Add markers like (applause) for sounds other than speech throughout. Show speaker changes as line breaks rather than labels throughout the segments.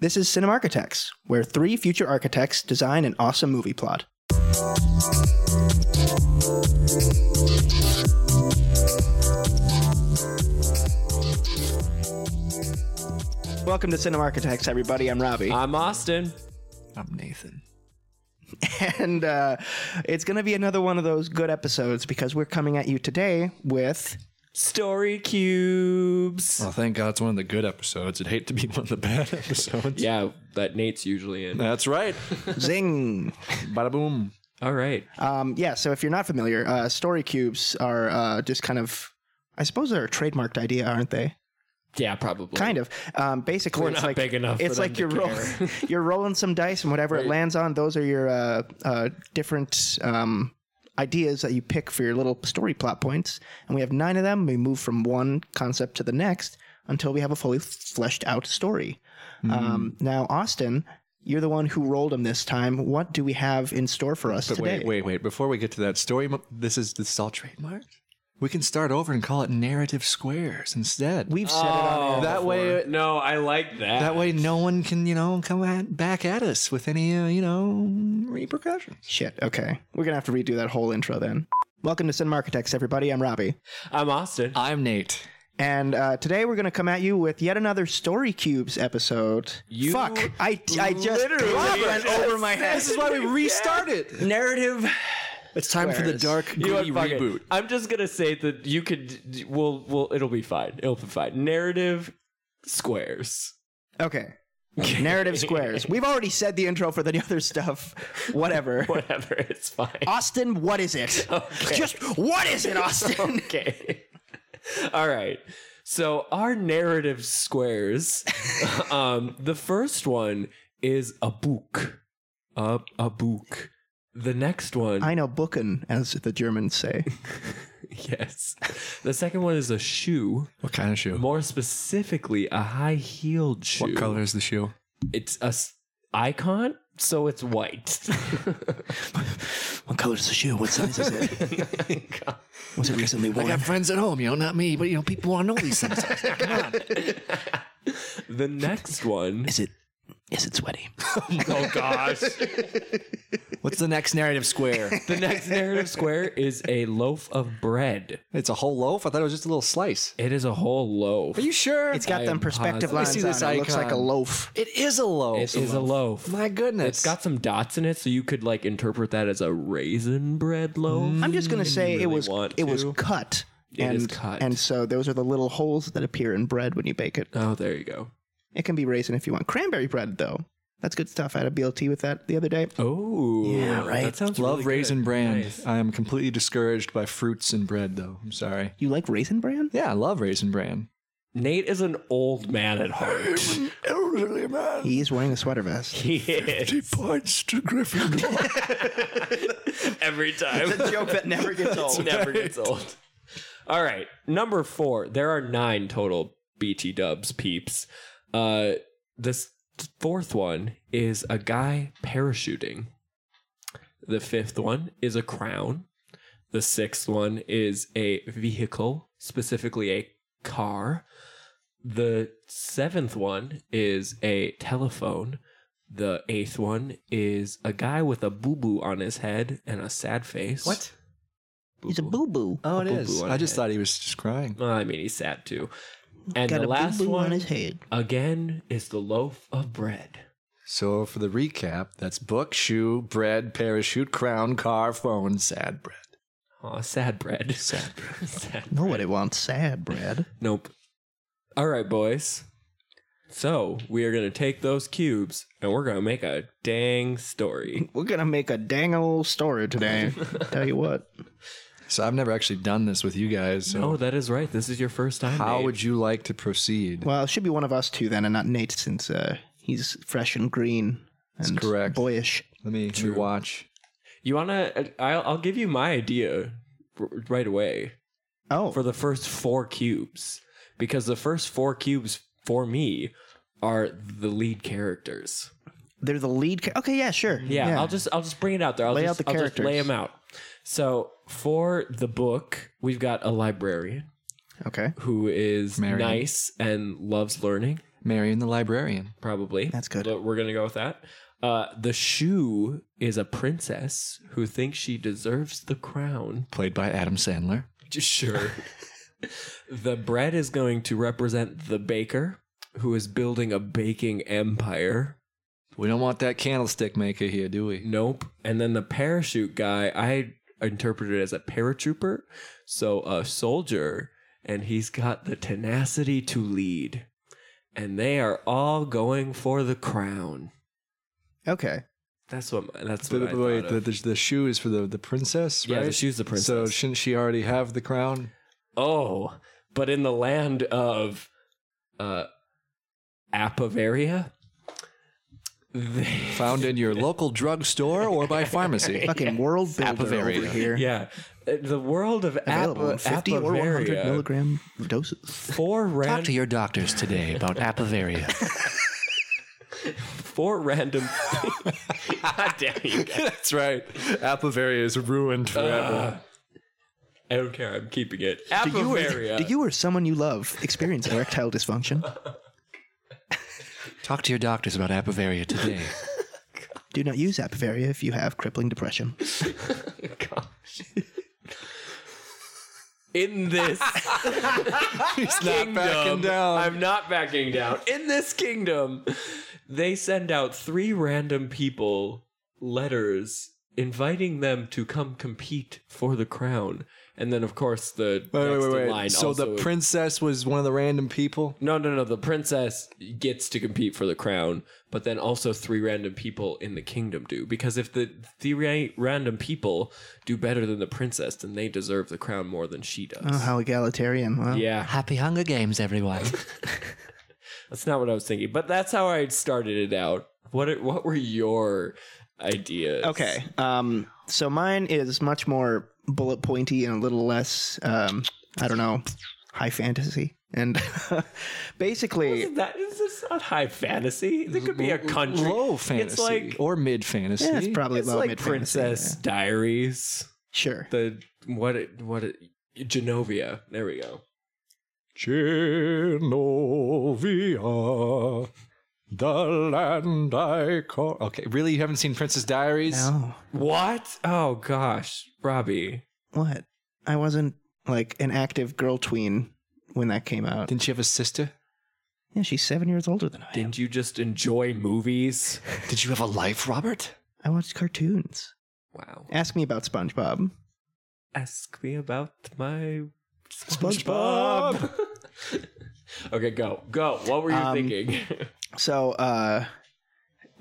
This is Cinema Architects, where three future architects design an awesome movie plot. Welcome to Cinema Architects, everybody. I'm Robbie.
I'm Austin.
I'm Nathan.
(laughs) and uh, it's going to be another one of those good episodes because we're coming at you today with
Story cubes.
Well, thank God it's one of the good episodes. I'd hate to be one of the bad (laughs) episodes.
Yeah, that Nate's usually in.
That's right.
Zing.
Bada boom.
All right.
Um, yeah, so if you're not familiar, uh, story cubes are uh, just kind of, I suppose they're a trademarked idea, aren't they?
Yeah, probably.
Kind of. Um, basically,
We're
it's
not
like
big enough.
it's
for
like you're
them to
rolling,
care.
(laughs) you're rolling some dice, and whatever it
Right.
lands on, those are your uh, uh, different um, ideas that you pick for your little story plot points. And we have nine of them. We move from one concept to the next until we have a fully fleshed out story.
Hmm.
Um, now, Austin, you're the one who rolled them this time. What do we have in store for us
But
today?
wait, wait, wait. Before we get to that story, mo- this is this is all trademarked. We can start over and call it narrative squares instead.
We've said it on air.
that
Oh,
way,
no, I like that.
that way, no one can you know come at, back at us with any uh, you know repercussions.
Shit. Okay, we're gonna have to redo that whole intro then. Welcome to Cinema Architects, everybody. I'm Robbie.
I'm Austin.
I'm Nate.
And uh, today we're going to come at you with yet another Story Cubes episode.
You
Fuck, I, I just
literally
it went
just
over my head.
This
(laughs)
is why we restarted.
Narrative.
It's time for the
Squares.
dark
You know what,
gritty
fuck it.
reboot.
I'm just gonna say that you could. We'll. We'll. It'll be fine. It'll be fine. Narrative squares. (laughs)
Okay. Narrative squares. We've already said the intro for the other stuff. (laughs) Whatever.
Whatever. It's fine.
Austin, what is it?
Okay.
Uh, Just what is it, (laughs) Austin?
(laughs) okay. All right. So our narrative squares. (laughs) um, the first one is a book. A, a book. The next one,
I know Buchen, as the Germans say.
(laughs) yes. The second one is a shoe.
What kind of shoe?
More specifically, a high-heeled shoe.
What color is the shoe?
It's a s- icon, so it's white. (laughs)
what color is the shoe? What size is it? Was it recently (laughs)
I got friends at home, you know, not me, but you know, people want to know these (laughs) things. Come on.
the
(laughs)
next one.
Is it? Is it sweaty?
Oh gosh.
What's the next narrative square?
(laughs) The next narrative square is a loaf of bread.
It's a whole loaf. I thought it was just a little slice.
It is a whole loaf.
Are you sure?
It's got
I
them
am
perspective
positive. Let
lines
me see this
on it. It looks
icon.
like a loaf.
It is a loaf.
It is a loaf.
My goodness.
It's got some dots in it, so you could like interpret that as a raisin bread loaf.
I'm just gonna say it
Mm, really
was
want
it was
to.
cut.
It
and,
is cut.
And so those are the little holes that appear in bread when you bake it.
Oh, there you go.
It can be raisin if you want. Cranberry bread though. That's good stuff. I had a BLT with that the other day.
Oh,
Yeah, right.
That sounds
Love
really
raisin
good.
brand.
Nice.
I am completely discouraged by fruits and bread, though. I'm sorry.
You like raisin bran?
Yeah, I love raisin bran.
Nate is an old man at heart. (laughs)
Elderly man.
He is wearing a sweater vest.
he is
(laughs) points to Gryffindor.
every time.
joke that never gets
It (laughs) never gets old. All right, number four. There are nine total BT Dubs peeps. Uh, this fourth one is a guy parachuting. The fifth one is a crown. The sixth one is a vehicle, specifically a car. The seventh one is a telephone. The eighth one is a guy with a boo boo on his head and a sad face.
What?
He's a boo boo.
(laughs) Oh, it
A
is.
boo-boo on
I just
it.
thought he was just crying.
Well, I mean, he's sad too. And
Got
the
a
last
boo boo
one
on his head.
again is the loaf of bread.
So for the recap, that's book, shoe, bread, parachute, crown, car, phone, sad bread.
Aw, sad bread. (laughs) Sad bread. sad.
Nobody wants sad bread.
Nope. All right, boys. So we are gonna take those cubes and we're gonna make a dang story.
We're gonna make a dang old story today. Tell you what.
So I've never actually done this with you guys. So
(laughs) oh, that is right. This is your first time.
how
Nate.
would you like to proceed?
Well, it should be one of us two then, and not Nate since uh, he's fresh and green and
correct.
boyish.
Let me, let me watch.
you wanna? I'll, I'll give you my idea r- right away.
Oh,
for the first four cubes because the first four cubes for me are the lead characters.
they're the lead. Ca- okay, yeah, sure.
Yeah, I'll just I'll just bring it out there. I'll
Lay
just,
out the
I'll just lay
characters.
them out. So for the book, we've got a librarian
okay.
who is
Marian.
nice and loves learning.
Marion the Librarian.
probably.
That's good.
But we're gonna go with that. Uh, the shoe is a princess who thinks she deserves the crown. (laughs)
Played by Adam Sandler.
(laughs)
Sure. the bread is going to represent the baker who is building a baking empire.
We don't want that candlestick maker here, do we?
Nope. And then the parachute guy, I interpreted it as a paratrooper, so a soldier, and he's got the tenacity to lead. And they are all going for the crown.
Okay.
That's what. That's
The,
what. I
the- wait,
thought
the,
of.
the, the shoe is for the, the princess,
yeah,
right?
the shoe's the princess.
So shouldn't she already have the crown?
Oh, but in the land of uh Apavaria, they,
Found in your local drugstore or by pharmacy?
Fucking world builder
Apavaria.
over here.
(laughs) yeah, uh, the world of
Available in
Appa,
50 or 100
Apavaria
milligram doses.
for
Talk to
random
your doctors today about Apavaria.
(laughs) for random.
(laughs)
God damn you! guys.
That's right. Apavaria is ruined forever.
I don't care. I'm keeping it.
Do you,
Apavaria.
or, do you or someone you love experience erectile dysfunction?
Talk to your doctors about
(laughs)
Apavaria today.
Do not use Apavaria if you have crippling depression.
Gosh.
(laughs)
In this
He's
kingdom, I'm not backing down. In this kingdom, they send out three random people letters inviting them to come compete for the crown. And then, of course, the
Wait,
next
wait,
in
wait,
line
wait. So the
also-
princess was one of the random people?
No, no, no. The princess gets to compete for the crown, but then also three random people in the kingdom do. Because if the three random people do better than the princess, then they deserve the crown more than she does.
Oh, how egalitarian. Well,
Yeah.
Happy Hunger Games, everyone.
That's not what I was thinking, but that's how I started it out. What are- what were your ideas?
Okay. Um, so mine is much more bullet pointy and a little less, um, I don't know, high fantasy. And (laughs) basically,
Is that is this not high fantasy? It could be a country.
Low fantasy.
It's like
or mid fantasy.
yeah, it's probably
it's
low
like
mid fantasy,
Princess
yeah.
Diaries.
Sure.
The what it what it Genovia. There we go.
Genovia, the land I call. Okay, really? You haven't seen Princess Diaries?
No.
What? Oh gosh, Robbie.
What? I wasn't like an active girl tween when that came out.
Didn't she have a sister?
Yeah, she's seven years older than I am.
Didn't you just enjoy
(laughs)
movies?
Did you have a life, Robert?
I watched cartoons.
Wow.
Ask me about SpongeBob.
Ask me about my
SpongeBob.
(laughs) okay, go go. What were you
Um,
(laughs)
thinking?
So uh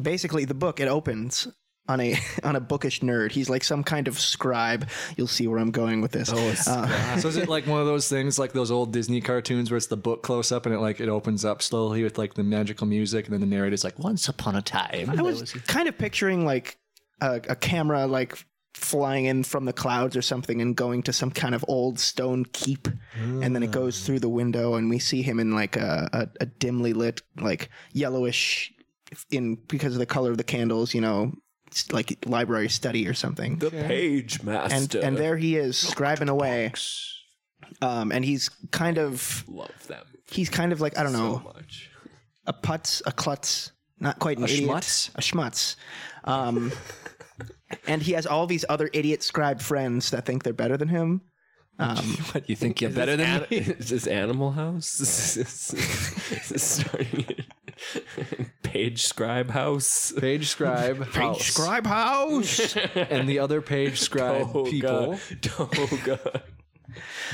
basically the book it opens on a (laughs) on a bookish nerd. He's like some kind of scribe. You'll see where I'm going with this. Uh,
Oh, a (laughs)
Uh, so is it like one of those things, like those old Disney cartoons, where it's the book close up and it like it opens up slowly with like the magical music, and then the narrator's like, "Once upon a time."
I was kind of picturing like a, a camera like flying in from the clouds or something and going to some kind of old stone keep and then it
Ah.
goes through the window and we see him in like a, a, a dimly lit like yellowish in because of the color of the candles you know s- like library study or something
The page
and
master.
and there he is scribing away um and he's kind of
love them
he's kind of like i don't know
so much.
a putz, a klutz, not quite an idiot,
schmutz?
a schmutz. Um, (laughs) and he has all these other idiot scribe friends that think they're better than him.
What, you think you're better than
(laughs)
me?
is this Animal House? Is this, is this starting (laughs) in Page Scribe House?
(laughs) Page scribe, Oh, house,
house.
and the other (laughs) page scribe
Oh,
people.
(laughs) Toga.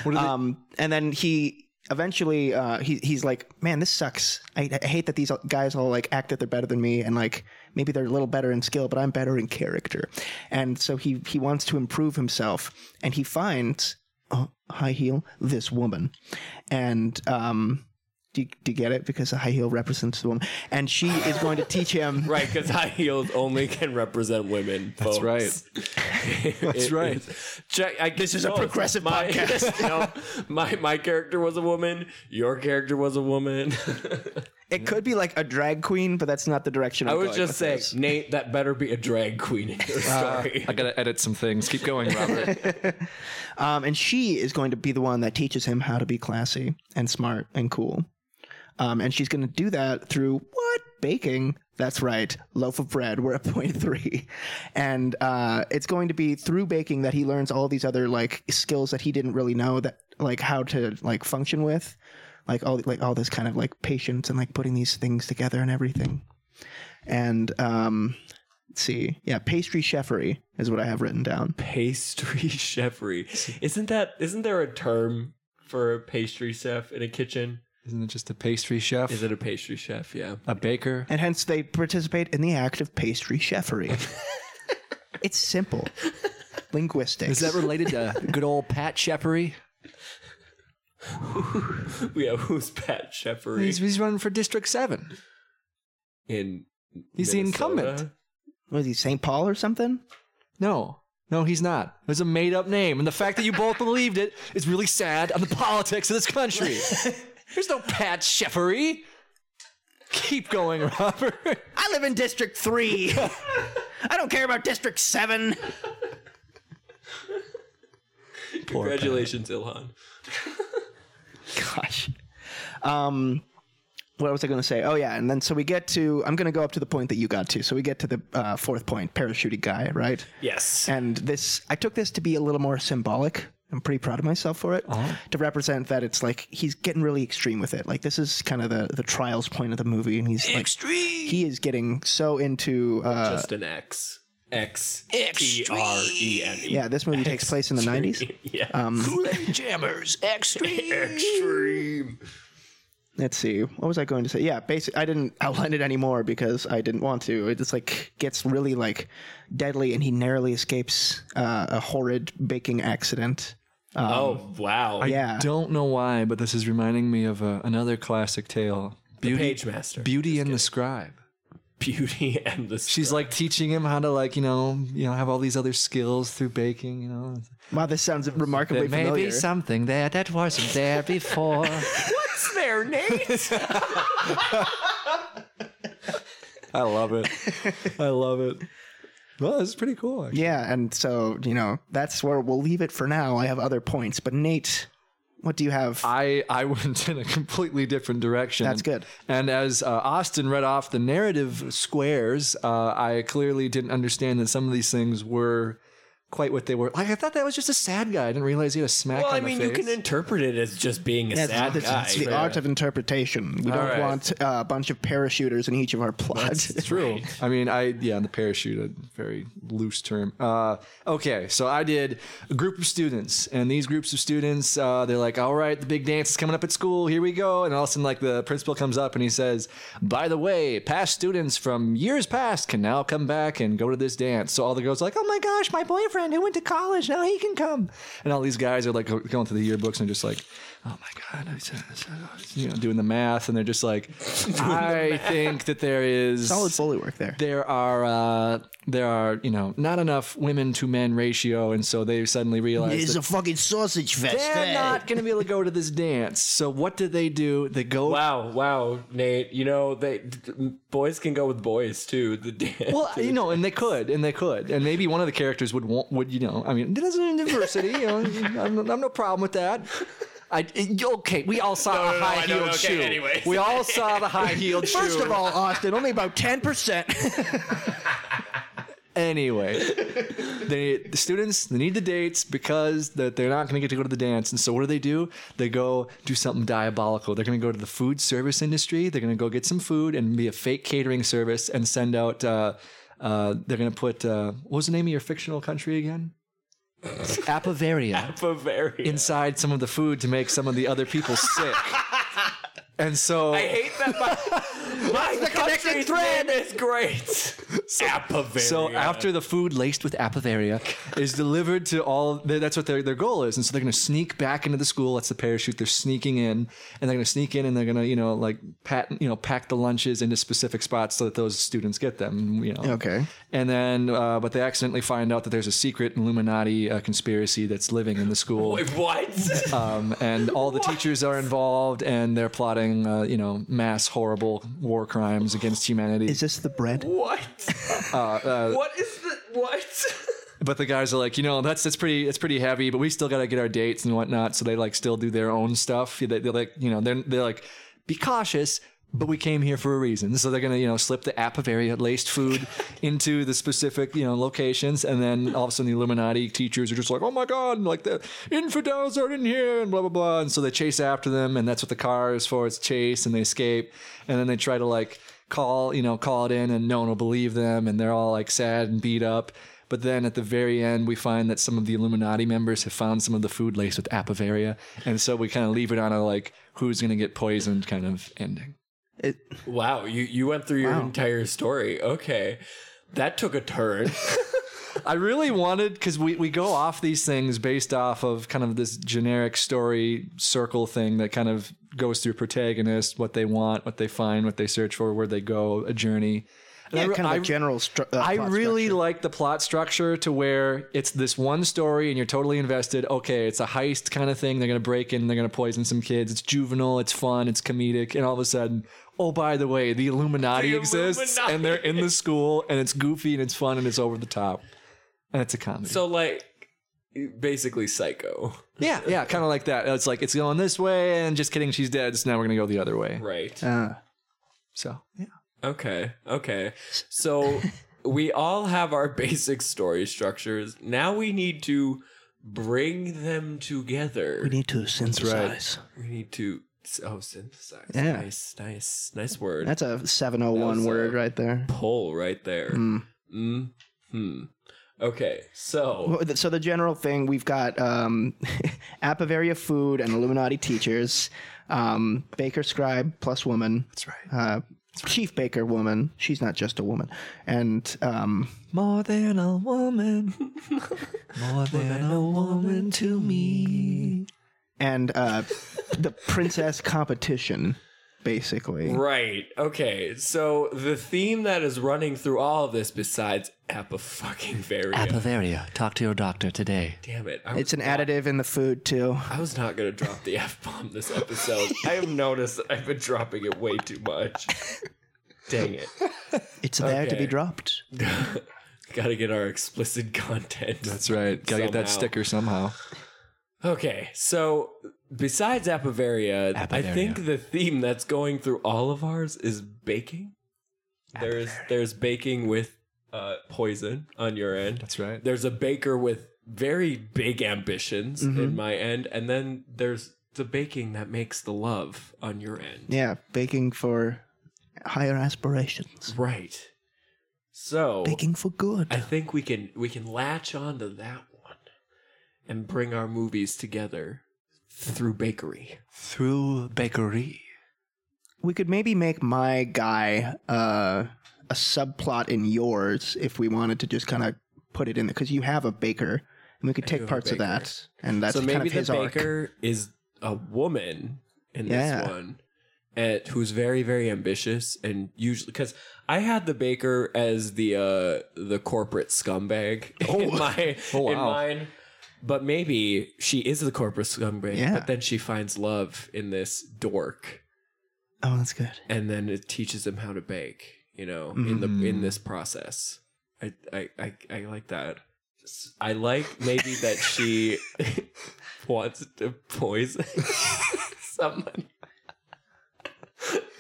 What are they-
um, and then he eventually uh, he he's like, man, this sucks. I, I hate that these guys all like act that they're better than me, and like maybe they're a little better in skill, but I'm better in character. And so he he wants to improve himself, and he finds oh, high heel this woman, and um. Do you, do you get it? Because the high heel represents the woman, and she is going to teach him.
(laughs) Right, because high heels only can represent women. That's (laughs) right. That's
right.
check. I, this
is a progressive
my,
podcast.
(laughs) no, my my character was a woman. Your character was a (laughs) woman.
It could be like a drag queen, but that's not the direction.
I
I'm
was
going
just
with
saying,
this.
Nate, that better be a drag queen in your story.
I gotta edit some things. Keep going, (laughs) Robert.
Um, and she is going to be the one that teaches him how to be classy and smart and cool. Um, and she's going to do that through what? Baking. That's right. Loaf of bread. We're at (laughs) point three. And uh, it's going to be through baking that he learns all these other like skills that he didn't really know that like how to like function with. Like all like all this kind of like patience and like putting these things together and everything. And um let's see. Yeah, pastry chefery is what I have written down.
pastry (laughs) chefery. Isn't that isn't there a term for a pastry chef in a kitchen?
Isn't it just a pastry chef?
Is it a pastry chef? Yeah.
a baker?
And hence they participate in the act of pastry (laughs) chefery. it's simple. Linguistics.
Is that related to good old Pat Shepery?
(laughs) Yeah, who's Pat Chefery
He's, he's running for District 7.
in
He's the incumbent.
Minnesota?
was he St. Paul or something?
No. No, he's not. It was a made up name. And the fact that you both believed it is really sad on the politics of this (laughs) country. There's no Pat Shepery. Keep going, Robert.
I live in District 3. (laughs) I don't care about District 7.
Congratulations, Ilhan.
Gosh. Um, what was I going to say? Oh, yeah. And then so we get to, I'm going to go up to the point that you got to. So we get to the uh, fourth point, parachuting guy, right?
Yes.
And this, I took this to be a little more symbolic. I'm pretty proud of myself for it
Uh-huh.
to represent that it's like he's getting really extreme with it. Like this is kind of the the trials point of the movie, and he's like
Extreme.
he is getting so into uh,
Just an X. X T R E N E.
yeah. This movie takes place in the 90s.
(laughs) Yeah.
Kool-Aid jammers. (laughs) Extreme.
Extreme.
let's see what was i going to say yeah basically i didn't outline it anymore because i didn't want to it just like gets really like deadly and he narrowly escapes uh, a horrid baking accident
um,
oh wow.
yeah
Don't know why, but this is reminding me of uh, another classic tale. Beauty,
Page Master.
Beauty and the Scribe.
Beauty and the
She's like teaching him how to like you know you know have all these other skills through baking. You know,
wow this sounds remarkably
may
familiar
be something there that wasn't there before.
What's there, Nate?
(laughs) I love it. I love it. Well, this is pretty cool. Actually.
yeah and so you know that's where we'll leave it for now i have other points but nate what do you have
I, I went in a completely different direction.
That's good.
And as uh, Austin read off the narrative squares, uh, I clearly didn't understand that some of these things were quite what they were. Like I thought that was just a sad guy. I didn't realize he had a smack.
well,
on
I
the
mean, you
face.
can interpret it as just being a
That's-
sad
that's-
guy.
it's the art of interpretation. We don't
right.
want uh, a bunch of parachuters in each of our plots. (laughs)
True. I mean, I yeah, the parachute, a very loose term. Uh, okay, so I did a group of students, and these groups of students, uh, they're like, "All right, the big dance is coming up at school. Here we go!" And all of a sudden, like the principal comes up and he says, "By the way, past students from years past can now come back and go to this dance." So all the girls are like, "Oh my gosh, my boyfriend who went to college now he can come," and all these guys are like go- going through the yearbooks and just like. Oh my God! You know, doing the math, and they're just like, I think that there is
Solid Foley work there.
there are uh, there are you know not enough women to men ratio, and so they suddenly realize that
a fucking sausage fest.
they're not going to be able to go to this dance. So what do they do? They go.
Wow, wow, Nate. You know they d- d- boys can go with boys too. The (laughs) dance.
Well, you know, and they could, and they could, and maybe one of the characters would want, would you know? I mean, there's an diversity. You know, I'm, I'm no problem with that. I it- okay, we all saw a
no, I
high
don't-
heeled
okay,
shoe.
anyways.
We all saw
(laughs)
the high heeled shoe.
First of all, Austin,
oh
only about (laughs) 10%.
anyway they, the students they need the dates because that they're not going to get to go to the dance and so what do they do they go do something diabolical they're going to go to the food service industry they're going to go get some food and be a fake catering service and send out uh, uh, they're going to put uh, what was the name of your fictional country again Apavaria
Bavaria.
inside some of the food to make some of the other people sick and so
I hate
(laughs)
that. My, my the
connecting thread?
is
(laughs)
great. Apavaria.
So after the food laced with Apavaria is delivered to all, th- that's what their, their goal is. And so they're going to sneak back into the school. That's the parachute. They're sneaking in and they're going to sneak in and they're going to, you know, like pat, you know, pack the lunches into specific spots so that those students get them, you know.
Okay.
And then, uh, but they accidentally find out that there's a secret Illuminati uh, conspiracy that's living in the school.
Wait,
(laughs)
what?
Um, and all the teachers are involved and they're plotting, uh, you know, mass horrible war crimes against humanity.
Is this the bread?
what?
Uh,
(laughs) what is the what? (laughs)
but the guys are like, you know, that's that's pretty that's pretty heavy, but we still gotta get our dates and whatnot. So they like still do their own stuff. They, they're like, you know, they're they're like be cautious, but we came here for a reason. So they're gonna, you know, slip the Apavaria laced food into the specific, you know, locations, and then all of a sudden the Illuminati teachers are just like, oh my god, like the infidels are in here, and blah blah blah. And so they chase after them, and that's what the car is for. It's chase, and they escape, and then they try to like call, you know, call it in, and no one will believe them, and they're all like sad and beat up. But then at the very end, we find that some of the Illuminati members have found some of the food laced with Apavaria, and so we kind of leave it on a like who's gonna get poisoned kind of ending.
It,
Wow, you you went through your entire story. Okay. That took
(laughs)
a turn.
I really wanted because we, we go off these things based off of kind of this generic story circle thing that kind of goes through protagonist, what they want, what they find, what they search for, where they go, a journey. And
yeah,
I re-
kind of
I-
a general. Stru- uh,
I
plot
really
structure.
like the plot structure to where it's this one story and you're totally invested. Okay, it's a heist kind of thing. They're going to break in, they're going to poison some kids. It's juvenile, it's fun, it's comedic. And all of a sudden, oh, by the way, the Illuminati
The
exists
Illuminati. (laughs)
and they're in the school and it's goofy and it's fun and it's over the top. And it's a comedy.
so like basically psycho.
yeah, yeah, kind of like that. It's like, it's going this way and just kidding, she's dead. So now we're going to go the other way.
Right.
Uh,
So, yeah.
Okay. Okay.
(laughs)
So we all have our basic story structures. Now we need to bring them together.
we need to synthesize.
We need to oh synthesize.
Yeah.
Nice, nice, nice word.
That's a 701
That was,
word
uh,
right there.
pull right there.
Hmm.
Mm. Hmm. Okay. So
Well, th- So the general thing we've got um, (laughs) Apavaria food and Illuminati teachers, um, baker scribe plus woman,
That's right.
uh, chief baker woman. She's not just a woman, and um,
More than a woman.
(laughs)
More than a woman to me.
and uh, the princess competition, basically.
Right. Okay. So the theme that is running through all of this, besides Appa fucking
Bavaria, talk to your doctor today.
Damn it! I
It's
was
an additive in the food too.
I was not gonna drop the (laughs) f bomb this
(laughs)
episode. I have noticed that I've been dropping it way too much. Dang it! (laughs)
It's there to
Okay.
be dropped.
Got to get our explicit content.
That's right. Gotta get that
Somehow.
sticker somehow.
Okay, so besides Apavaria, I
Apavaria.
think the theme that's going through all of ours is baking. There's there's baking with uh, poison on your end.
That's right.
There's a baker with very big ambitions in my end, and then there's the baking that makes the love on your end.
Yeah, baking for higher aspirations.
Right. So
Baking for good.
I think we can we can latch onto that one and bring our movies together through bakery.
Through bakery.
we could maybe make my guy uh, a subplot in yours if we wanted to just kind of put it in there because you have a baker and we could
do
take
have a
parts of
baker.
that and that's
so maybe
kind of his
the
arc.
baker is a woman in this
Yeah.
one at, who's very very ambitious and usually because i had the baker as the uh the corporate scumbag (laughs) in my
Oh,
in
wow.
mine but maybe she is the corporate scumbag
Yeah.
but then she finds love in this dork
Oh, that's good.
and then it teaches him how to bake you know in the
Mm-hmm.
in this process i i i, I like that i like maybe that she (laughs) wants to poison (laughs) someone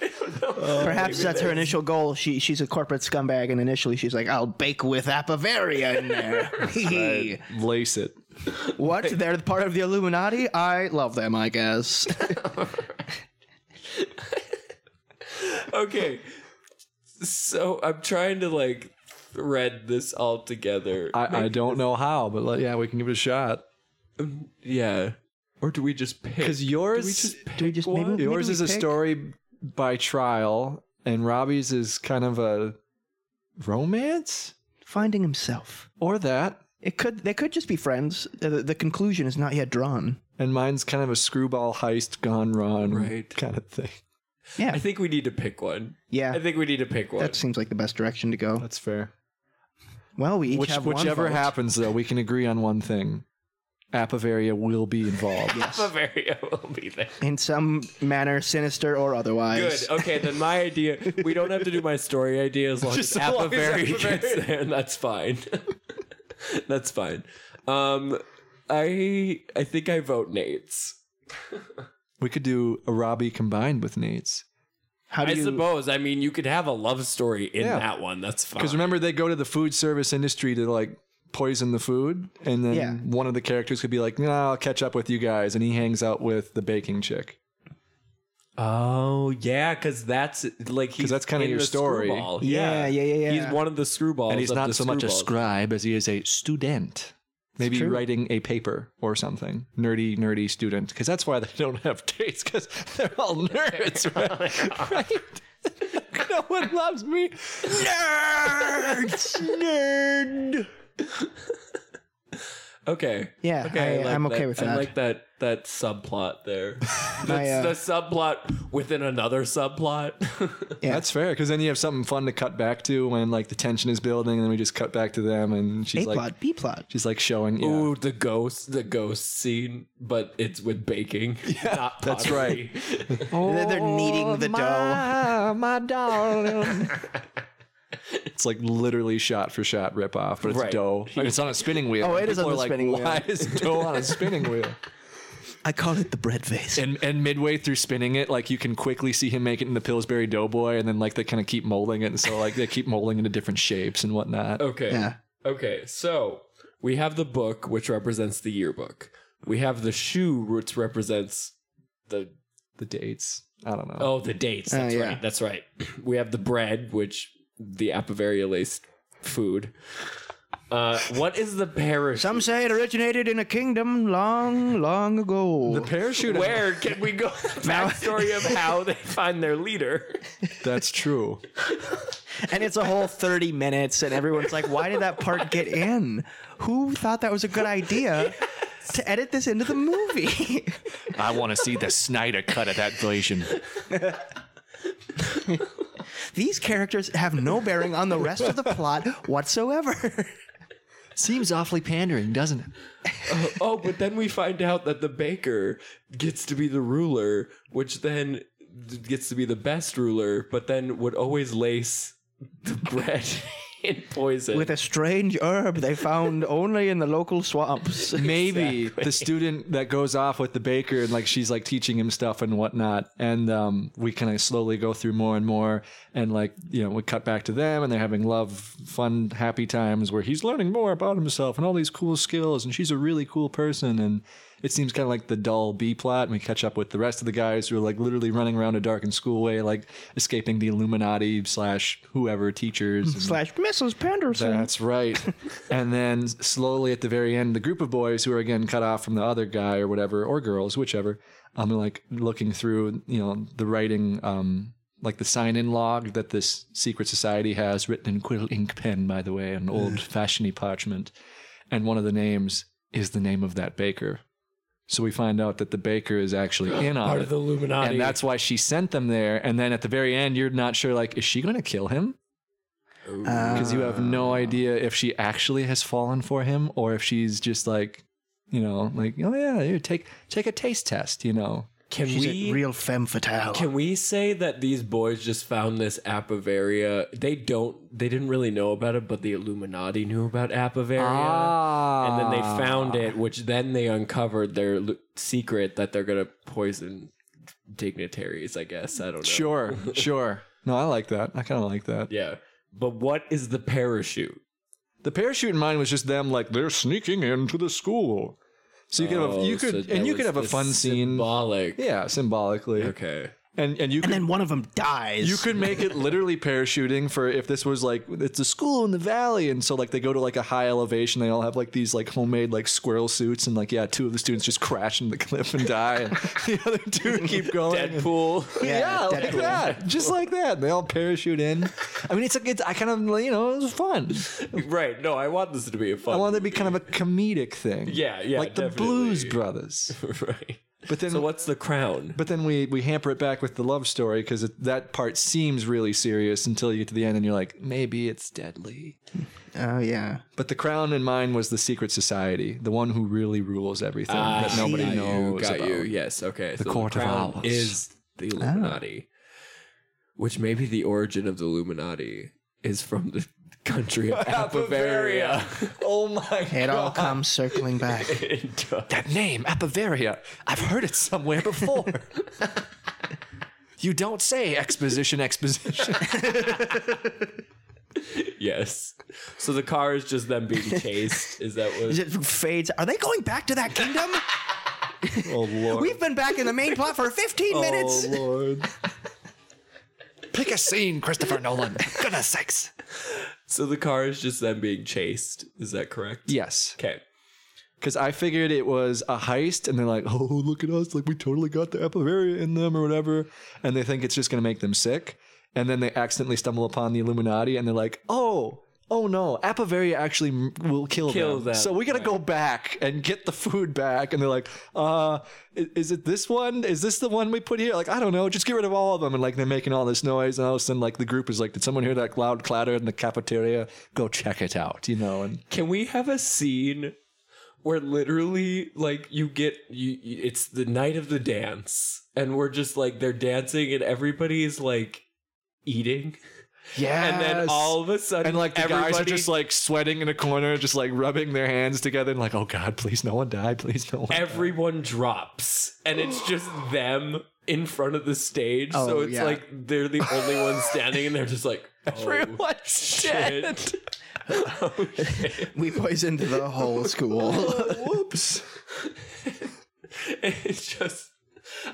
I don't know.
Oh,
Perhaps
Maybe
that's her initial goal. She she's a corporate scumbag, and initially she's like, "I'll bake with Apavaria in
(laughs)
there."
Uh, Lace it.
what? They're part of the Illuminati. I love them. I
(laughs)
guess.
okay so i'm trying to like thread this all together
I, I don't know how, but like, yeah, we can give it a shot.
um, yeah or do we just pick
Because
we
yours, (laughs)
just
Do we just maybe, maybe
yours
we
is a
pick-
story by trial, and Robbie's is kind of a romance
finding himself.
or that.
It could they could just be friends. Uh, The, the conclusion is not yet drawn.
And mine's kind of a screwball heist gone wrong
Right.
kind of thing.
Yeah,
i think we need to pick one
yeah.
i think we need to pick one (laughs)
That seems like the best direction to go.
That's fair.
Well, we each
Which,
have one
whichever
vote.
happens, though, we can agree on one thing: Apavaria will be involved.
Bavaria will be there.
in some manner, sinister or
Good.
otherwise.
Okay, then my idea. We don't have to do my story idea
(laughs)
as long
Just
as
so long as
Appavari (laughs)
Appavari-
gets there, and that's fine. (laughs) that's fine. Um, I I think I vote Nate's.
We could do a Robbie combined with Nate's.
How do
I
you?
suppose. I mean, you could have a love story in
Yeah.
that one. That's fine.
Because remember, they go to the food service industry to like poison the food, and then
Yeah.
one of the characters could be like, "No, I'll catch up with you guys," and he hangs out with the baking chick.
Oh yeah, because that's like because
that's kinda your story.
yeah, yeah, yeah, yeah.
He's one of the screwballs,
and he's
of
not
the
so much a
screwballs.
scribe as he is a student. Maybe
true.
writing a paper or something. Nerdy, nerdy student. Because that's why they don't have dates, because they're all nerds, (laughs) right? right? no one loves me. Nerds! Nerd!
Okay.
Yeah, I-
like
I'm okay with
I
that.
like that that subplot
(laughs)
there. That's
My, uh,
the subplot within another subplot. (laughs)
Yeah.
That's fair, because then you have something fun to cut back to when like the tension is building, and then we just cut back to them, and she's
A
like,
plot, B plot.
she's like showing, yeah,
Ooh, the ghost, the ghost scene, but it's
(laughs)
with baking. Yeah, not
that's
pottery.
They're, they're kneading the dough.
my, my darling. (laughs) it's like literally shot for shot ripoff, but it's
Right.
dough. And it's on a spinning wheel.
Oh, it is
People
on
are
the spinning
like,
wheel."
Why is dough on a spinning
(laughs)
wheel?
I call it the bread (laughs) vase.
And and midway through spinning it, like you can quickly see him make it into Pillsbury Doughboy, and then like they kind of keep molding it, and so like they keep molding into different shapes and whatnot.
Okay.
Yeah.
Okay. So we have the book, which represents the yearbook. We have the shoe, which represents the
The dates, I don't know.
oh the dates.
Oh,
That's
yeah.
right. That's right. (clears throat) We have the bread, which the Apovaria laced food. Uh, what is the parachute?
Some say it originated in a kingdom long, long ago.
The parachute.
(laughs)
Where can we go? Backstory of how they find their leader.
That's true.
(laughs) and it's a whole 30 minutes, and everyone's like, why did that part get in? Who thought that was a good idea to edit this into the movie? (laughs)
I want to see the Snyder cut of that version.
These characters have no bearing on the rest of the plot whatsoever.
Seems awfully pandering, doesn't it?
Oh, but then we find out that the baker gets to be the ruler, which then d- gets to be the best ruler, but then would always lace the (laughs) bread in poison.
With a strange herb they found only in the local (laughs) swamps.
maybe the student that goes off with the baker and like she's like teaching him stuff and whatnot and um, we kind of slowly go through more and more and like you know we cut back to them and they're having love fun happy times where he's learning more about himself and all these cool skills and she's a really cool person and it seems kind of like the dull b plot and we catch up with the rest of the guys who are like literally running around a darkened schoolway like escaping the illuminati slash whoever teachers and
Slash Mrs. Penderson.
that's right. and then slowly at the very end, the group of boys who are again cut off from the other guy or whatever, or girls, whichever, I'm like looking through, you know, the writing, um, like the sign in log that this secret society has written in quill ink pen, by the way, an old fashioned parchment. And one of the names is the name of that baker. So we find out that the baker is actually in on
part
it.
of the Illuminati.
And that's why she sent them there. And then at the very end, you're not sure, like, is she going to kill him?
Uh,
because you have no
Ah.
idea if she actually has fallen for him or if she's just like you know like oh yeah here, take take a taste test you know
can
She's
we
a real femme fatale.
can we say that these boys just found this Apovaria? They don't. They didn't really know about it, but the Illuminati knew about Apovaria.
Ah,
and then they
Ah.
found it, which then they uncovered their l- secret that they're gonna poison dignitaries. I guess I don't know. (laughs)
sure sure no i like that i kind of like that
Yeah, but what is the parachute?
the parachute in mine was just them like they're sneaking into the school so you could have
Oh,
you could
so that
and you could
was
have a
the
fun scene
Symbolic.
yeah symbolically
Okay.
and and you could
and then one of them dies.
You could make
(laughs)
it literally parachuting for if this was like it's a school in the valley, and so like they go to like a high elevation, they all have like these like homemade like squirrel suits, and like yeah, two of the students just crash into the cliff and
(laughs)
die, (laughs) and the other two keep going.
Deadpool.
Yeah, like
Deadpool.
that, just like that. They all parachute in. I mean, it's like it's, I kind of you know it was fun.
(laughs) right. No, I want this to be a fun.
I wanted it to be kind of a comedic thing.
Yeah, yeah,
like the Blues
definitely. (laughs)
Brothers.
right.
But then
So what's the crown?
But then we we hamper it back with the love story because that part seems really serious until you get to the end and you're like, maybe it's deadly.
Oh, yeah.
But the crown in mine was the secret society, the one who really rules everything that nobody
see.
Uh,
knows
got
about.
Ah, you. Yes. Okay. The
Court
the
of
crown
Owls. Ah.
is the Illuminati, which may be the (laughs) origin of the Illuminati is from the country of Bavaria.
Bavaria. Oh my
It all
god.
comes circling (laughs) back.
It does.
That name, Apavaria. I've heard it somewhere before. (laughs) you don't say exposition, exposition. (laughs)
Yes. So the car is just them being chased. Is that what?
It fades. Are they going back to that (laughs) kingdom?
oh lord.
We've been back in the main plot for 15 minutes.
Lord.
Pick a scene, Christopher Nolan. Goodness sakes.
So the car is just them being chased. Is that correct?
Yes.
Okay.
Because I figured it was a heist, and they're like, (laughs) oh, look at us. Like, we totally got the Apavaria in them or whatever. And they think it's just going to make them sick. And then they accidentally stumble upon the Illuminati, and they're like, oh, oh no, Apavaria actually m- will kill,
Kill them,
So we got to go back and get the food back. And they're like, uh, i- is it this one? Is this the one we put here? Like, I don't know. Just get rid of all of them. And like, they're making all this noise. And all of a sudden, like, the group is like, did someone hear that loud clatter in the cafeteria? Go check it out, you know? And
Can we have a scene where literally, like, you get you? you- It's the night of the dance, and we're just like they're dancing, and everybody is like eating,
yeah.
and then all of a sudden,
And like the
everybody,
guys are just like sweating in a corner, just like rubbing their hands together and like, oh God, please no one die, please no one. (laughs) die."
everyone drops, and
(gasps)
it's just them in front of the stage. so
Oh,
it's
yeah.
like they're the only ones standing, and they're just
(laughs)
like, oh,
Everyone's dead.
shit.
(laughs)
Oh, shit.
We poisoned the whole (laughs) school.
Whoops.
(laughs) it's just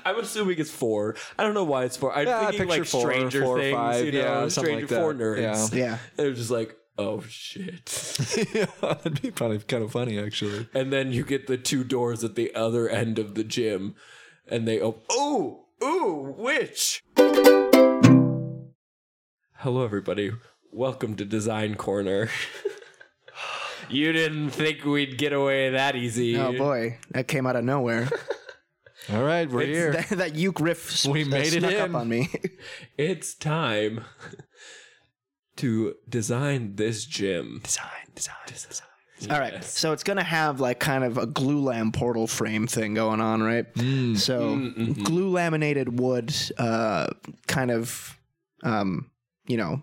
I'm assuming it's four. I don't know why it's four. I'm
Yeah, I
thinking
picture
like
four,
Stranger
four or
Things,
five,
you know,
yeah, something
Stranger
like
Four
that.
nerds.
Yeah.
They're just like, oh shit.
(laughs) yeah, that'd be probably kind of funny actually.
and then you get the two doors at the other end of the gym, and they open. Oh, ooh, witch. Hello, everybody. Welcome to Design Corner. (laughs) you didn't think we'd get away that easy.
Oh boy, that came out of (laughs) nowhere.
All right, we're here.
that, that uke riff
We
s-
made it
snuck
in.
up on me. (laughs)
It's time (laughs) to design this gym.
design, design, design.
All right, so it's gonna have like kind of a glue lam portal frame thing going on, right? So
Mm.
glue laminated wood, uh, kind of, um, you know,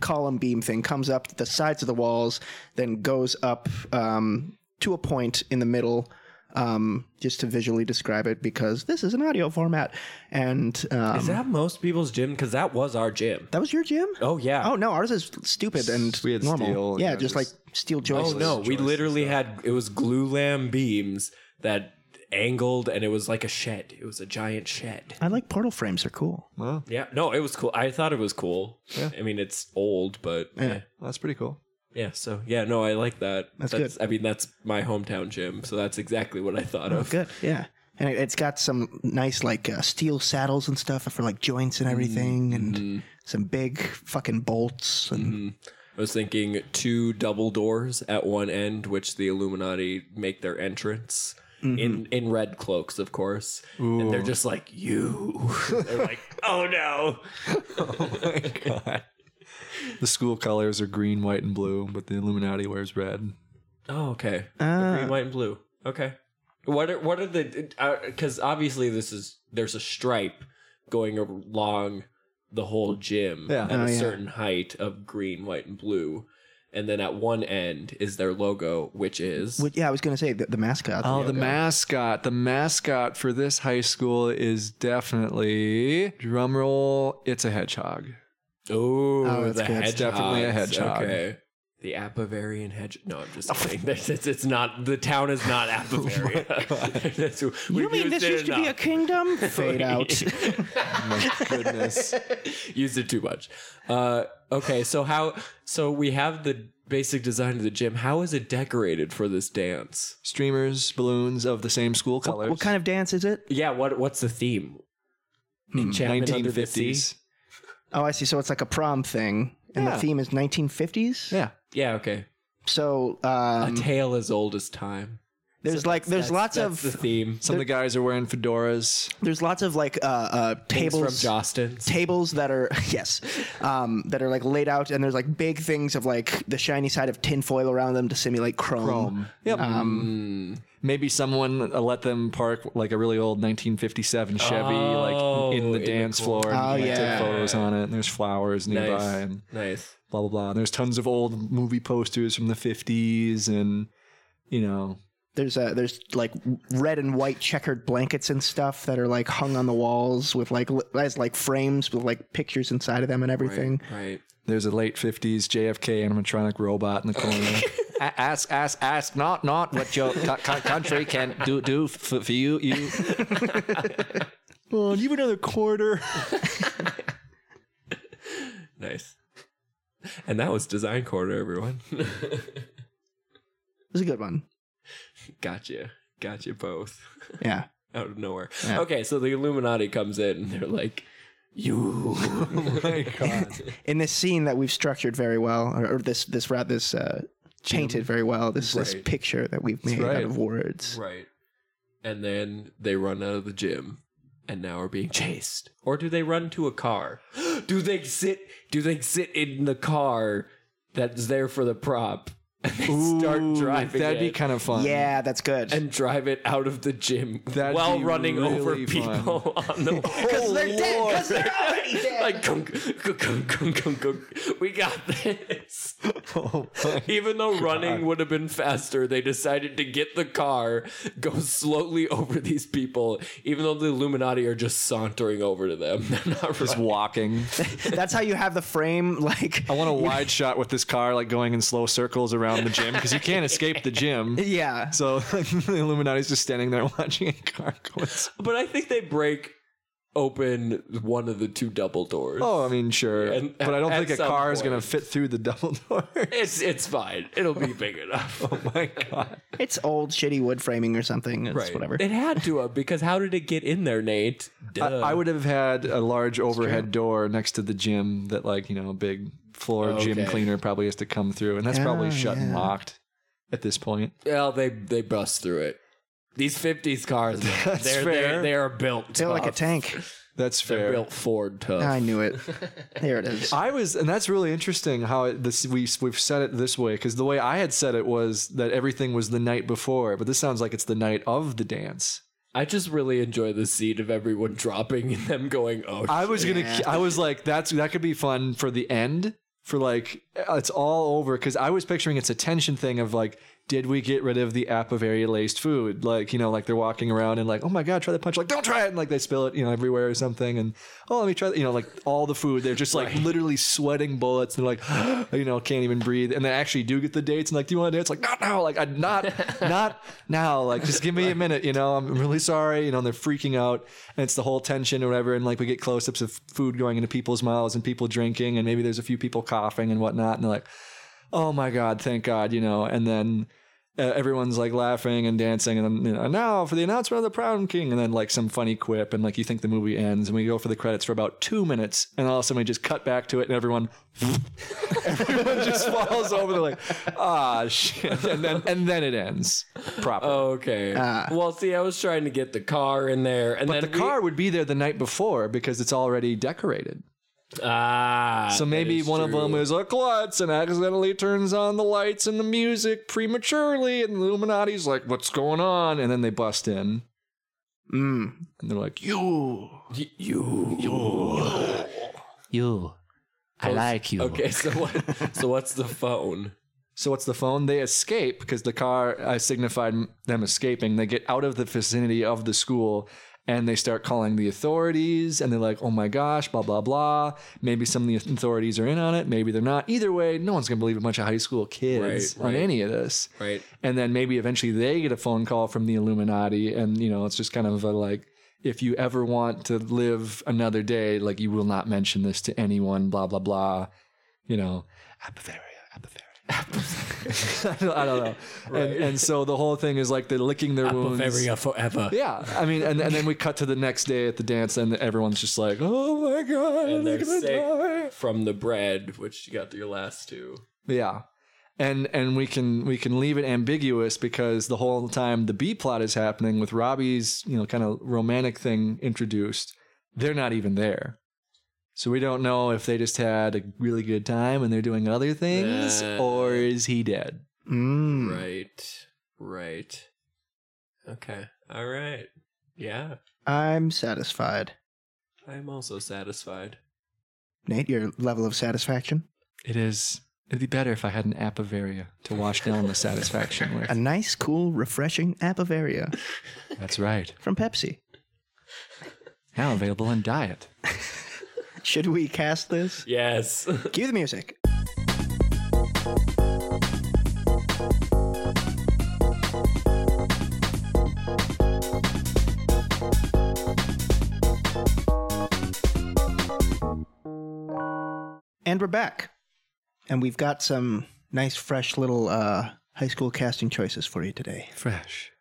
column beam thing comes up the sides of the walls, then goes up um, to a point in the middle. Um, just to visually describe it, because this is an audio format, and um,
Is that most people's gym? Because that was our gym.
that was your gym.
Oh yeah.
Oh no, ours is stupid and
We had
normal.
steel,
yeah,
yeah,
just,
just-
like steel joists.
Oh, no, we literally had it was glue lam beams that angled, and it was like a shed. It was a giant shed.
I like portal frames; they're cool.
Well,
Yeah. No, it was cool. I thought it was cool. I mean, it's old, but yeah.
that's pretty cool.
Yeah, So yeah, no, I like that.
That's
I mean, that's my hometown gym, so that's exactly what I thought of.
Good, yeah. And it, it's got some nice like uh, steel saddles and stuff for like joints and everything, and some big fucking bolts. And
I was thinking two double doors at one end, which the Illuminati make their entrance in in red cloaks, of course. And they're
(laughs)
just like you. (laughs) they're like, oh (laughs) no. Oh,
(laughs) The school colors are green, white, and blue, but the Illuminati wears red.
Oh, okay.
Ah.
The
Uh.
green, white, and blue. Okay. What are what are the? Because obviously this is there's a stripe going along the whole gym
Yeah.
at
Oh,
a
yeah.
certain height of green, white, and blue, and then at one end is their logo, which is
Well, yeah, I was gonna say the, the mascot.
Oh, the mascot. The mascot for this high school is definitely drumroll. It's a hedgehog.
Oh,
Oh, that's
the
good.
hedgehog.
It's
definitely a hedgehog.
Okay. The Apavarian hedge. No, I'm
(laughs)
just kidding. There's- it's, it's not. The town is not Apavaria. (laughs) That's-
Oh you
we've
mean this
used it
used to be a (laughs)
enough.
kingdom? Fade out.
(laughs)
(laughs)
My (laughs) goodness.
used it too much. Uh, okay, so how? So we have the basic design of the gym. How is it decorated for this dance?
Streamers, balloons of the same school colors.
what kind of dance is it?
Yeah. What? What's the theme?
Hmm,
Enchantment under the sea.
1950s?
Oh, I see. So it's like a prom thing, and
Yeah.
the theme is 1950s.
Yeah.
Yeah. Okay.
So
A
um,
tale as old as time.
There's like there's lots
That's
of
the theme.
Some of the guys are wearing fedoras.
there's lots of like uh, uh
Things
tables
from Jostin's.
tables that are (laughs) yes um, that are like laid out and there's like big things of like the shiny side of tinfoil around them to simulate chrome,
Chrome. Yep. Um, Maybe someone uh, let them park like a really old 1957 Chevy,
Oh,
like in the
in the
dance
cor-
floor, and
Oh,
like,
yeah.
took photos on it. And there's flowers nearby,
Nice.
and
Nice.
blah blah blah. And there's tons of old movie posters from the 50s, and you know,
there's uh there's like red and white checkered blankets and stuff that are like hung on the walls with like li- as like frames with like pictures inside of them and everything
Right.
There's a late 50s JFK animatronic robot in the corner. ask, ask, ask, not, not what your country can do, do for you. you. oh, do you have another quarter?
Nice. And that was Design Corner, everyone. (laughs)
it was a good one
gotcha. Gotcha both.
yeah
Out of nowhere.
Yeah.
Okay, so the Illuminati comes in and they're like,
(laughs)
You Oh (laughs) my god.
in this scene that we've structured very well or, or this this ra- this uh painted very well this this
Right.
picture that we've made out
right.
of words
right. And then they run out of the gym and now are being chased. Or do they run to a car? (gasps) do they sit do they sit in the car that's there for the prop? (laughs) And they start driving.
That'd be
it?
kind of fun.
yeah that's good (laughs)
and drive it out of the gym
That'd
while
be
running over
really
people (laughs) on the
because they're dead because they're already dead
like gunk, gunk, gunk, gunk, gunk, gunk. we got this
(laughs) Oh, my-
even though running would have been faster they decided to get the car go slowly (laughs) over these people even though the illuminati are just sauntering over to them (laughs) they're not
Just
running.
walking.
That's how you have the frame. Like,
I want a wide shot with this car, like going in slow circles around the gym, because you can't escape the
(laughs)
gym.
yeah,
So (laughs) like, the Illuminati's just standing there (laughs) watching a car
(laughs)
go. in-
but i think they break open one of the two double doors
Oh, I mean, sure,
And-
but I don't
at
think a
some
car is
point.
going to fit through the double (laughs) door.
it's it's fine it'll be big enough
(laughs) oh my god!
it's old shitty wood framing or something. It's whatever.
It had to have because how did it get in there, Nate? Duh.
I, I would have had a large overhead door next to the gym that, like, you know, a big floor gym
Okay.
cleaner probably has to come through, and that's probably
Ah,
shut and
yeah.
locked at this point.
well, they they bust through it. These '50s
(laughs)
cars, man,
That's
they're,
fair.
They're, they are built
Feel like a
tough.
tank.
That's
They're
fair.
built Ford tough.
I knew it. There it
(laughs)
is.
I was, and that's really interesting how it, this we we've said it this way because the way I had said it was that everything was the night before, but this sounds like it's the night of the dance.
I just really enjoy the scene of everyone dropping and them going, "Oh,
I was gonna.
Yeah.
I was like, that's that could be fun for the end. For like, it's all over because I was picturing it's a tension thing of like, did we get rid of the Apavaria laced food? Like, you know, like they're walking around and like, oh my god, try that punch. Like, don't try it. And like they spill it, you know, everywhere or something. And oh, let me try. That. You know, like all the food. They're just like literally sweating bullets. And they're like, (gasps) you know, can't even breathe. And they actually do get the dates and like, do you want to dance? Like, not now. Like, I not not now. Like, just give me a minute. You know, I'm really sorry. You know, and they're freaking out, and it's the whole tension or whatever. And like, we get close ups of food going into people's mouths and people drinking, and maybe there's a few people coughing and whatnot. And they're like, oh my god, thank God, you know. And then. Uh, everyone's like laughing and dancing, and then you know, and now for the announcement of the Crown King, and then like some funny quip, and like you think the movie ends, and we go for the credits for about two minutes, and all of a sudden we just cut back to it, and everyone (laughs) everyone just falls over. They're like, ah, shit. And then, and then it ends properly.
Oh, okay." well, see, I was trying to get the car in there, and
Ah. but the
then we-
car would be there the night before because it's already decorated.
Ah,
So
that
maybe
is
one of
true.
them is a klutz and accidentally turns on the lights and the music prematurely, and the Illuminati's like, what's going on? And then they bust in.
Mm.
And they're like, you. (laughs)
Y- you.
You. I like you.
Okay,
(laughs)
so what? so what's the phone?
So what's the phone? They escape because the car uh, signified m- them escaping. They get out of the vicinity of the school and they start calling the authorities and they're like, oh my gosh, blah, blah, blah. Maybe some of the authorities are in on it. Maybe they're not. Either way, no one's going to believe a bunch of high school kids
Right,
on
right.
any of this.
Right.
And then maybe eventually they get a phone call from the Illuminati and, you know, it's just kind of a like, if you ever want to live another day, like you will not mention this to anyone, blah, blah, blah. You know, Apatharia, Apatharia. (laughs) I don't, I don't know. and, and so the whole thing is like they're licking their wounds.
Bavaria uh, forever.
Yeah, I mean, and, and then we cut to the next day at the dance, and everyone's just like, "Oh my god,
And
they're
they're
gonna
sick
die!"
from the bread, which you got your last two.
Yeah, and and we can we can leave it ambiguous because the whole time the B plot is happening with Robbie's you know kind of romantic thing introduced, they're not even there. So we don't know if they just had a really good time and they're doing other things,
Yeah.
or is he dead?
Hmm.
Mm.
Right. Right. Okay. All right. Yeah.
I'm satisfied.
I'm also satisfied.
Nate, your level of satisfaction?
It is. It'd be better if I had an Apavaria to wash down the satisfaction
A
(laughs) with.
nice, cool, refreshing Apavaria
That's right.
from Pepsi.
Now available in diet.
Should we cast this?
Yes. (laughs)
Cue the music. And we're back. And we've got some nice, fresh little uh, high school casting choices for you today.
Fresh.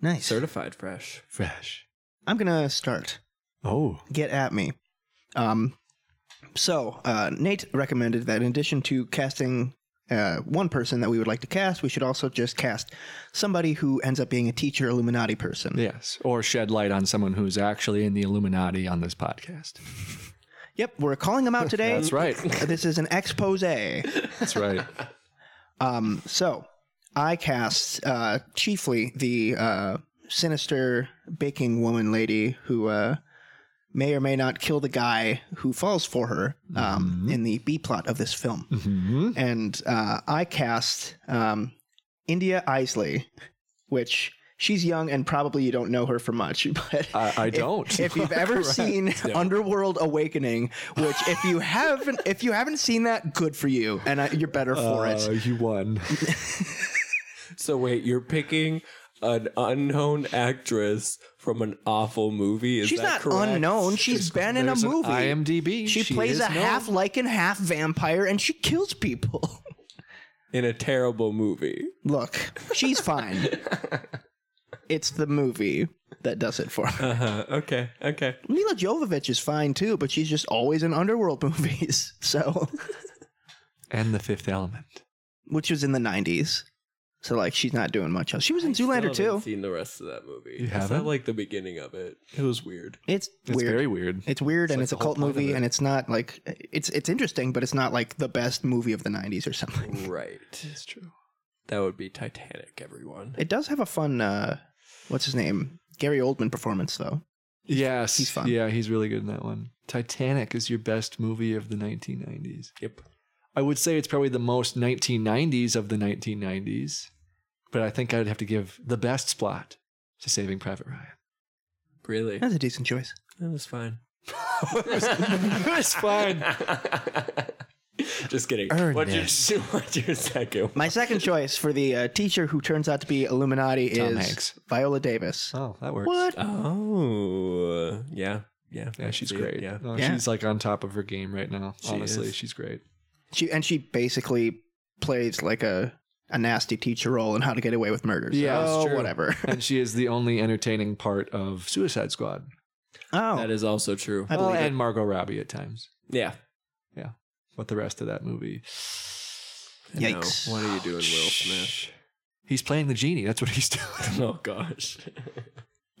Nice.
Certified fresh.
Fresh.
I'm going to start.
Oh.
get at me. Um, so uh, Nate recommended that in addition to casting uh, one person that we would like to cast, we should also just cast somebody who ends up being a teacher Illuminati person.
Yes. Or shed light on someone who's actually in the Illuminati on this podcast.
Yep, we're calling them out
(laughs)
today. Uh,
That's right.
This is an expose. (laughs)
That's right.
Um, so I cast uh, chiefly the uh, sinister baking woman lady who uh, may or may not kill the guy who falls for her
Mm-hmm.
um, in the B plot of this film.
hmm
and uh, I cast um, India Isley, which she's young and probably you don't know her for much, (laughs) but.
I, I don't.
if
(laughs)
you've ever seen Underworld Awakening, which if
(laughs)
you haven't if you haven't seen that, good for you, and I, you're better for
Uh,
it.
you won.
So wait, you're picking an unknown actress from an awful movie. Is
She's
that
not
correct?
unknown. She's been in a
There's an
movie.
IMDb.
She, plays
is
a
known.
half lycan, half vampire, and she kills people. (laughs)
in a terrible movie.
Look, she's
(laughs)
fine. it's the movie that does it for her.
Uh huh. Okay. Okay.
Mila Jovovich is fine too, but she's just always in underworld (laughs) movies. So,
And the fifth element.
which was in the '90s. So like, she's not doing much else. She was in Zoolander
Still
too.
haven't Seen the rest of that movie.
You
It's
haven't?
not like the beginning of it. It was weird.
It's,
It's
weird.
very weird.
it's weird, and
like
it's a
the whole
cult
point of
movie,
it.
and it's not like it's it's interesting, but it's not like the best movie of the '90s or something.
Right.
It's true.
That would be Titanic, everyone.
It does have a fun, uh, what's his name, Gary Oldman performance though.
Yes.
He's fun.
Yeah, he's really good in that one. Titanic is your best movie of the 1990s.
Yep.
I would say it's probably the most 1990s of the 1990s, but I think I'd have to give the best spot to Saving Private Ryan.
Really?
That's a decent choice.
That was (laughs) fine.
(laughs)
It's fine.
(laughs) Just kidding.
Earn
what's
this.
your (laughs) what's your second?
My second choice for the uh, teacher who turns out to be Illuminati
Tom
is
Hanks.
Viola Davis.
Oh, that works.
What?
Oh, yeah, yeah,
Yeah, she's
See it,
great.
Yeah,
No,
Yeah.
She's like on top of her game right now.
She
Honestly,
is.
(laughs)
she's great.
She and she basically plays like a a nasty teacher role in How to Get Away with Murder. So
Yeah, that's true.
Oh,
(laughs)
whatever. (laughs)
and she is the only entertaining part of Suicide Squad.
Oh,
that is also true.
I believe
Well,
it.
and Margot Robbie at times.
Yeah.
But the rest of that movie,
I know.
Yikes.
What are you doing, Will Smith?
he's playing the genie. That's what he's (laughs) doing.
(laughs) Oh gosh.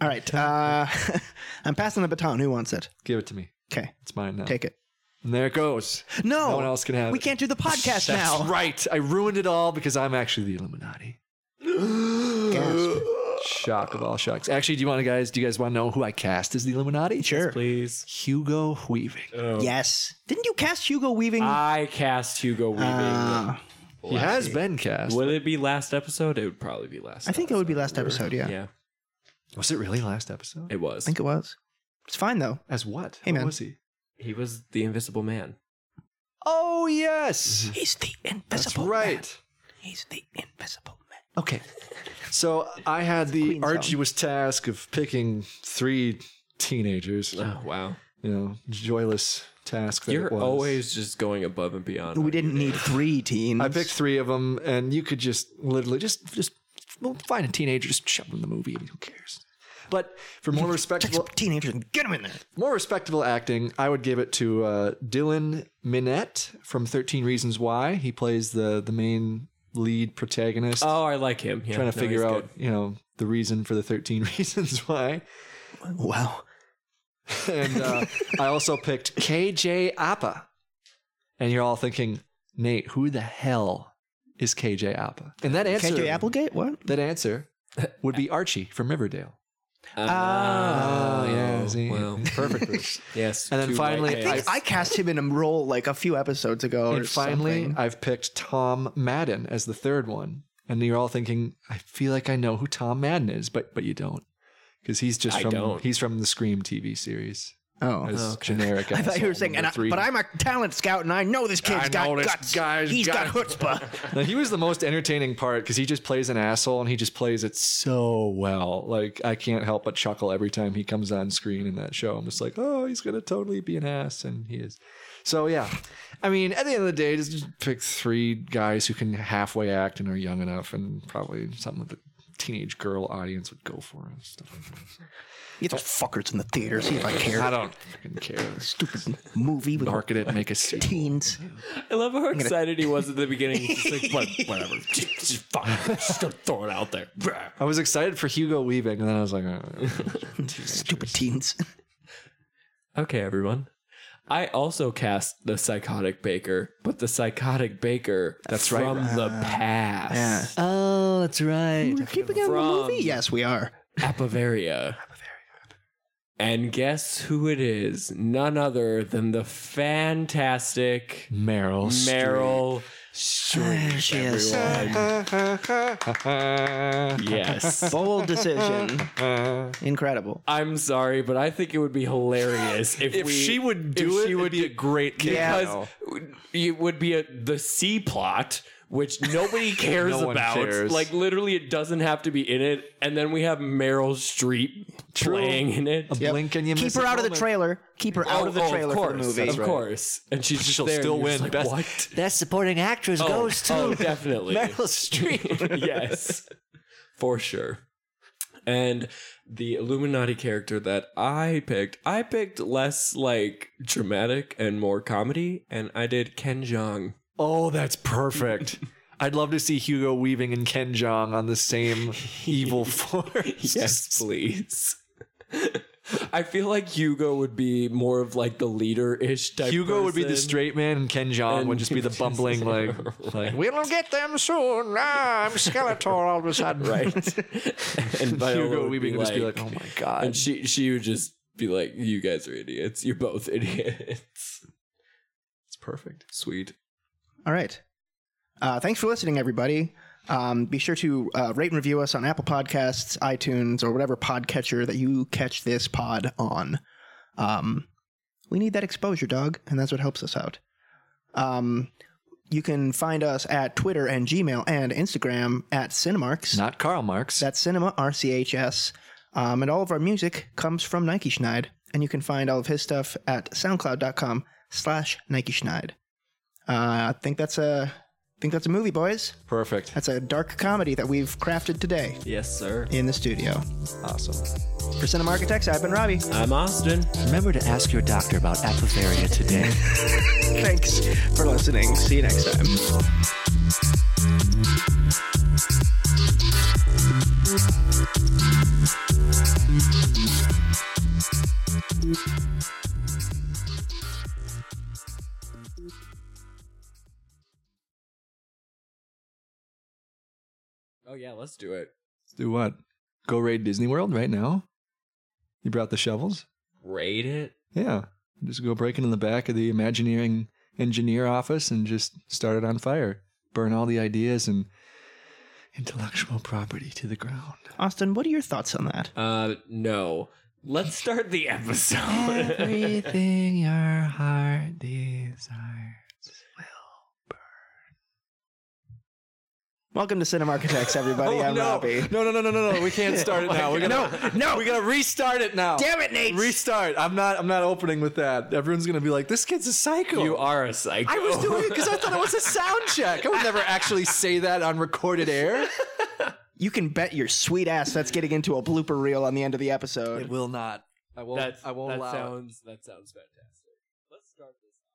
all right. Uh, (laughs) I'm passing the baton. Who wants it?
give it to me.
Okay,
It's mine now.
take it.
And there it goes.
No,
No one else can have
we
it.
can't do the podcast
That's
now.
right. I ruined it all because I'm actually the Illuminati.
Gasp.
Shock of all shocks. Actually, do you want to guys? Do you guys want to know who I cast as the Illuminati?
Sure.
Please.
Hugo Weaving.
Oh.
Yes. Didn't you cast Hugo Weaving?
Ah,
I cast Hugo Weaving.
Uh,
He has been cast.
Will it be last episode? It would probably be last.
I think it would be last episode. Yeah.
Yeah.
Was it really last episode?
it was.
I think it was. It's fine though.
As what?
Hey,
Who
man.
was he?
he was the Invisible Man.
Oh
Mm-hmm.
yes,
He's the invisible
that's right.
He's the invisible man.
Okay. So I had the
Queen song.
arduous task of picking three teenagers.
Oh wow.
You know, joyless task. That it
You're
was.
always just going above and beyond.
We
aren't you?
didn't need three teens.
I picked three of them, and you could just literally just just well, find a teenager, just shove them in the movie. I mean, who cares? But for more
Take
respectable
some teenagers and get them in there.
more respectable acting, I would give it to uh, Dylan Minette from Thirteen Reasons Why. He plays the the main lead protagonist,
Oh, I like him. Yeah,
trying to
no,
figure
he's
out you know the reason for the Thirteen (laughs) Reasons Why.
Wow.
And uh, I also picked KJ Appa. And you're all thinking, Nate, who the hell is KJ Appa? And that answer,
KJ Applegate? What?
that answer would be Archie from Riverdale.
good.
Ah.
Ah,
Oh, yeah, see,
well,
(laughs) perfectly.
yes.
And then
two
finally,
white
I, think
guys.
I cast him in a role like a few episodes ago. or
and finally,
something.
I've picked Tom Madden as the third one. And you're all thinking, I feel like I know who Tom Madden is, but but you don't, because he's just
I
from
don't.
he's from the Scream TV series.
oh.
As
(laughs)
generic.
I thought you were saying, and I, but I'm a talent scout, and I know this kid's
I
got
know this
guts.
guy's
He's got, (laughs)
got-
chutzpah.
Now, he was the most entertaining part because he just plays an asshole and he just plays it so well. Like I can't help but chuckle every time he comes on screen in that show. I'm just like, oh, he's gonna totally be an ass, and he is. So yeah, I mean, at the end of the day, just pick three guys who can halfway act and are young enough, and probably something that the teenage girl audience would go for and stuff. Like that.
Get those fuckers in the theater. See if I
I
care.
don't fucking care. (laughs)
Stupid movie with
Market it, and make a
(laughs)
sequel.
teens.
I love how excited he was at the beginning. He's just like,
(laughs)
what, whatever. Just fine. Just gonna throw it out there.
I was excited for Hugo leaving, and then I was like, oh.
Stupid teens.
Okay, everyone. I also cast the psychotic baker, but the psychotic baker
That's right. Uh,
from the past.
(laughs) Oh, that's right.
We're keeping it in the
From-
movie. Yes, we are.
Apavaria. And guess who it is? None other than the fantastic
Meryl.
Meryl Streep.
Ah,
There she is.
everyone.
Streep.
(laughs) Yes.
Bold decision. (laughs) Incredible.
I'm sorry, but I think it would be hilarious if,
If
we-
she would do
if
it,
She
it'd
would
be
be a great
cameo.
because it would be a, the C plot, which
(laughs)
nobody cares
No one
about.
cares.
Like literally, it doesn't have to be in it. And then we have Meryl Streep
True.
playing in it.
Yep.
Blink and you
Keep
miss
her
a
out of the
moment.
trailer. Keep her out
Oh,
of the
oh,
trailer
course,
for the movie.
of
right.
course. And she's just
She'll
there, and
still
you're just
win.
Like,
Best-
what?
Best supporting actress
Oh,
goes to
oh,
(laughs)
definitely.
Meryl Streep.
yes, for sure. And the Illuminati character that I picked, I picked less like dramatic and more comedy, and I did Ken Jeong.
Oh, that's perfect. I'd love to see Hugo Weaving and Ken Jong on the same evil force.
Yes, please. I feel like Hugo would be more of like the leader ish type.
Hugo would be the
person.
straight man, and Ken Jong
And
would just be the
just-
bumbling, like, like we'll get them soon. Ah, I'm Skeletor all of a
(laughs)
sudden.
(laughs)
(laughs)
right? and Viola
Hugo
would
Weaving
be
would just be
like-
like, oh my god.
and she she would just be like, "You guys are idiots. You're both (laughs) idiots."
it's perfect.
Sweet.
All right. Uh, thanks for listening, everybody. Um, be sure to uh, rate and review us on Apple Podcasts, iTunes, or whatever podcatcher that you catch this pod on. Um, we need that exposure, dog, and that's what helps us out. Um, you can find us at Twitter and Gmail and Instagram at Cinemarks.
Not Karl Marx.
That's Cinema RCHS. Um, and all of our music comes from Nike Schneid, and you can find all of his stuff at soundcloud.com slash Nike Schneid. Uh, I think that's a I think that's a movie, boys.
perfect.
That's a dark comedy that we've crafted today
Yes, sir.
in the studio.
Awesome.
For Cinema Architects, I've been Robbie.
I'm Austin.
Remember to ask your doctor about apopharia today.
(laughs) Thanks for listening. See you next time.
Oh yeah, let's do it.
Do what? Go raid Disney World right now? You brought the shovels?
Rate it.
Yeah. Just go break into the back of the Imagineering engineer office and just start it on fire. Burn all the ideas and intellectual property to the ground.
Austin, what are your thoughts on that?
Uh, no. Let's start the episode. (laughs)
(laughs) Everything your heart desires.
Welcome to Cinema Architects,
(laughs)
everybody.
Oh,
I'm
Oh, no.
Robbie.
no, no, no, no, no, no.
(laughs)
We can't start it now. We gotta, no, no. We gotta restart it now.
Damn it, Nate!
Restart. I'm not. I'm not opening with that. Everyone's gonna be like, "This kid's a psycho."
you are a psycho.
I was
(laughs)
doing it because I thought it was a sound check. I would never actually say that on recorded air.
You can bet your sweet ass that's getting into a blooper reel on the end of the episode.
will not. I won't.
That's,
I won't
that
allow. it.
sounds that sounds fantastic. Let's start this.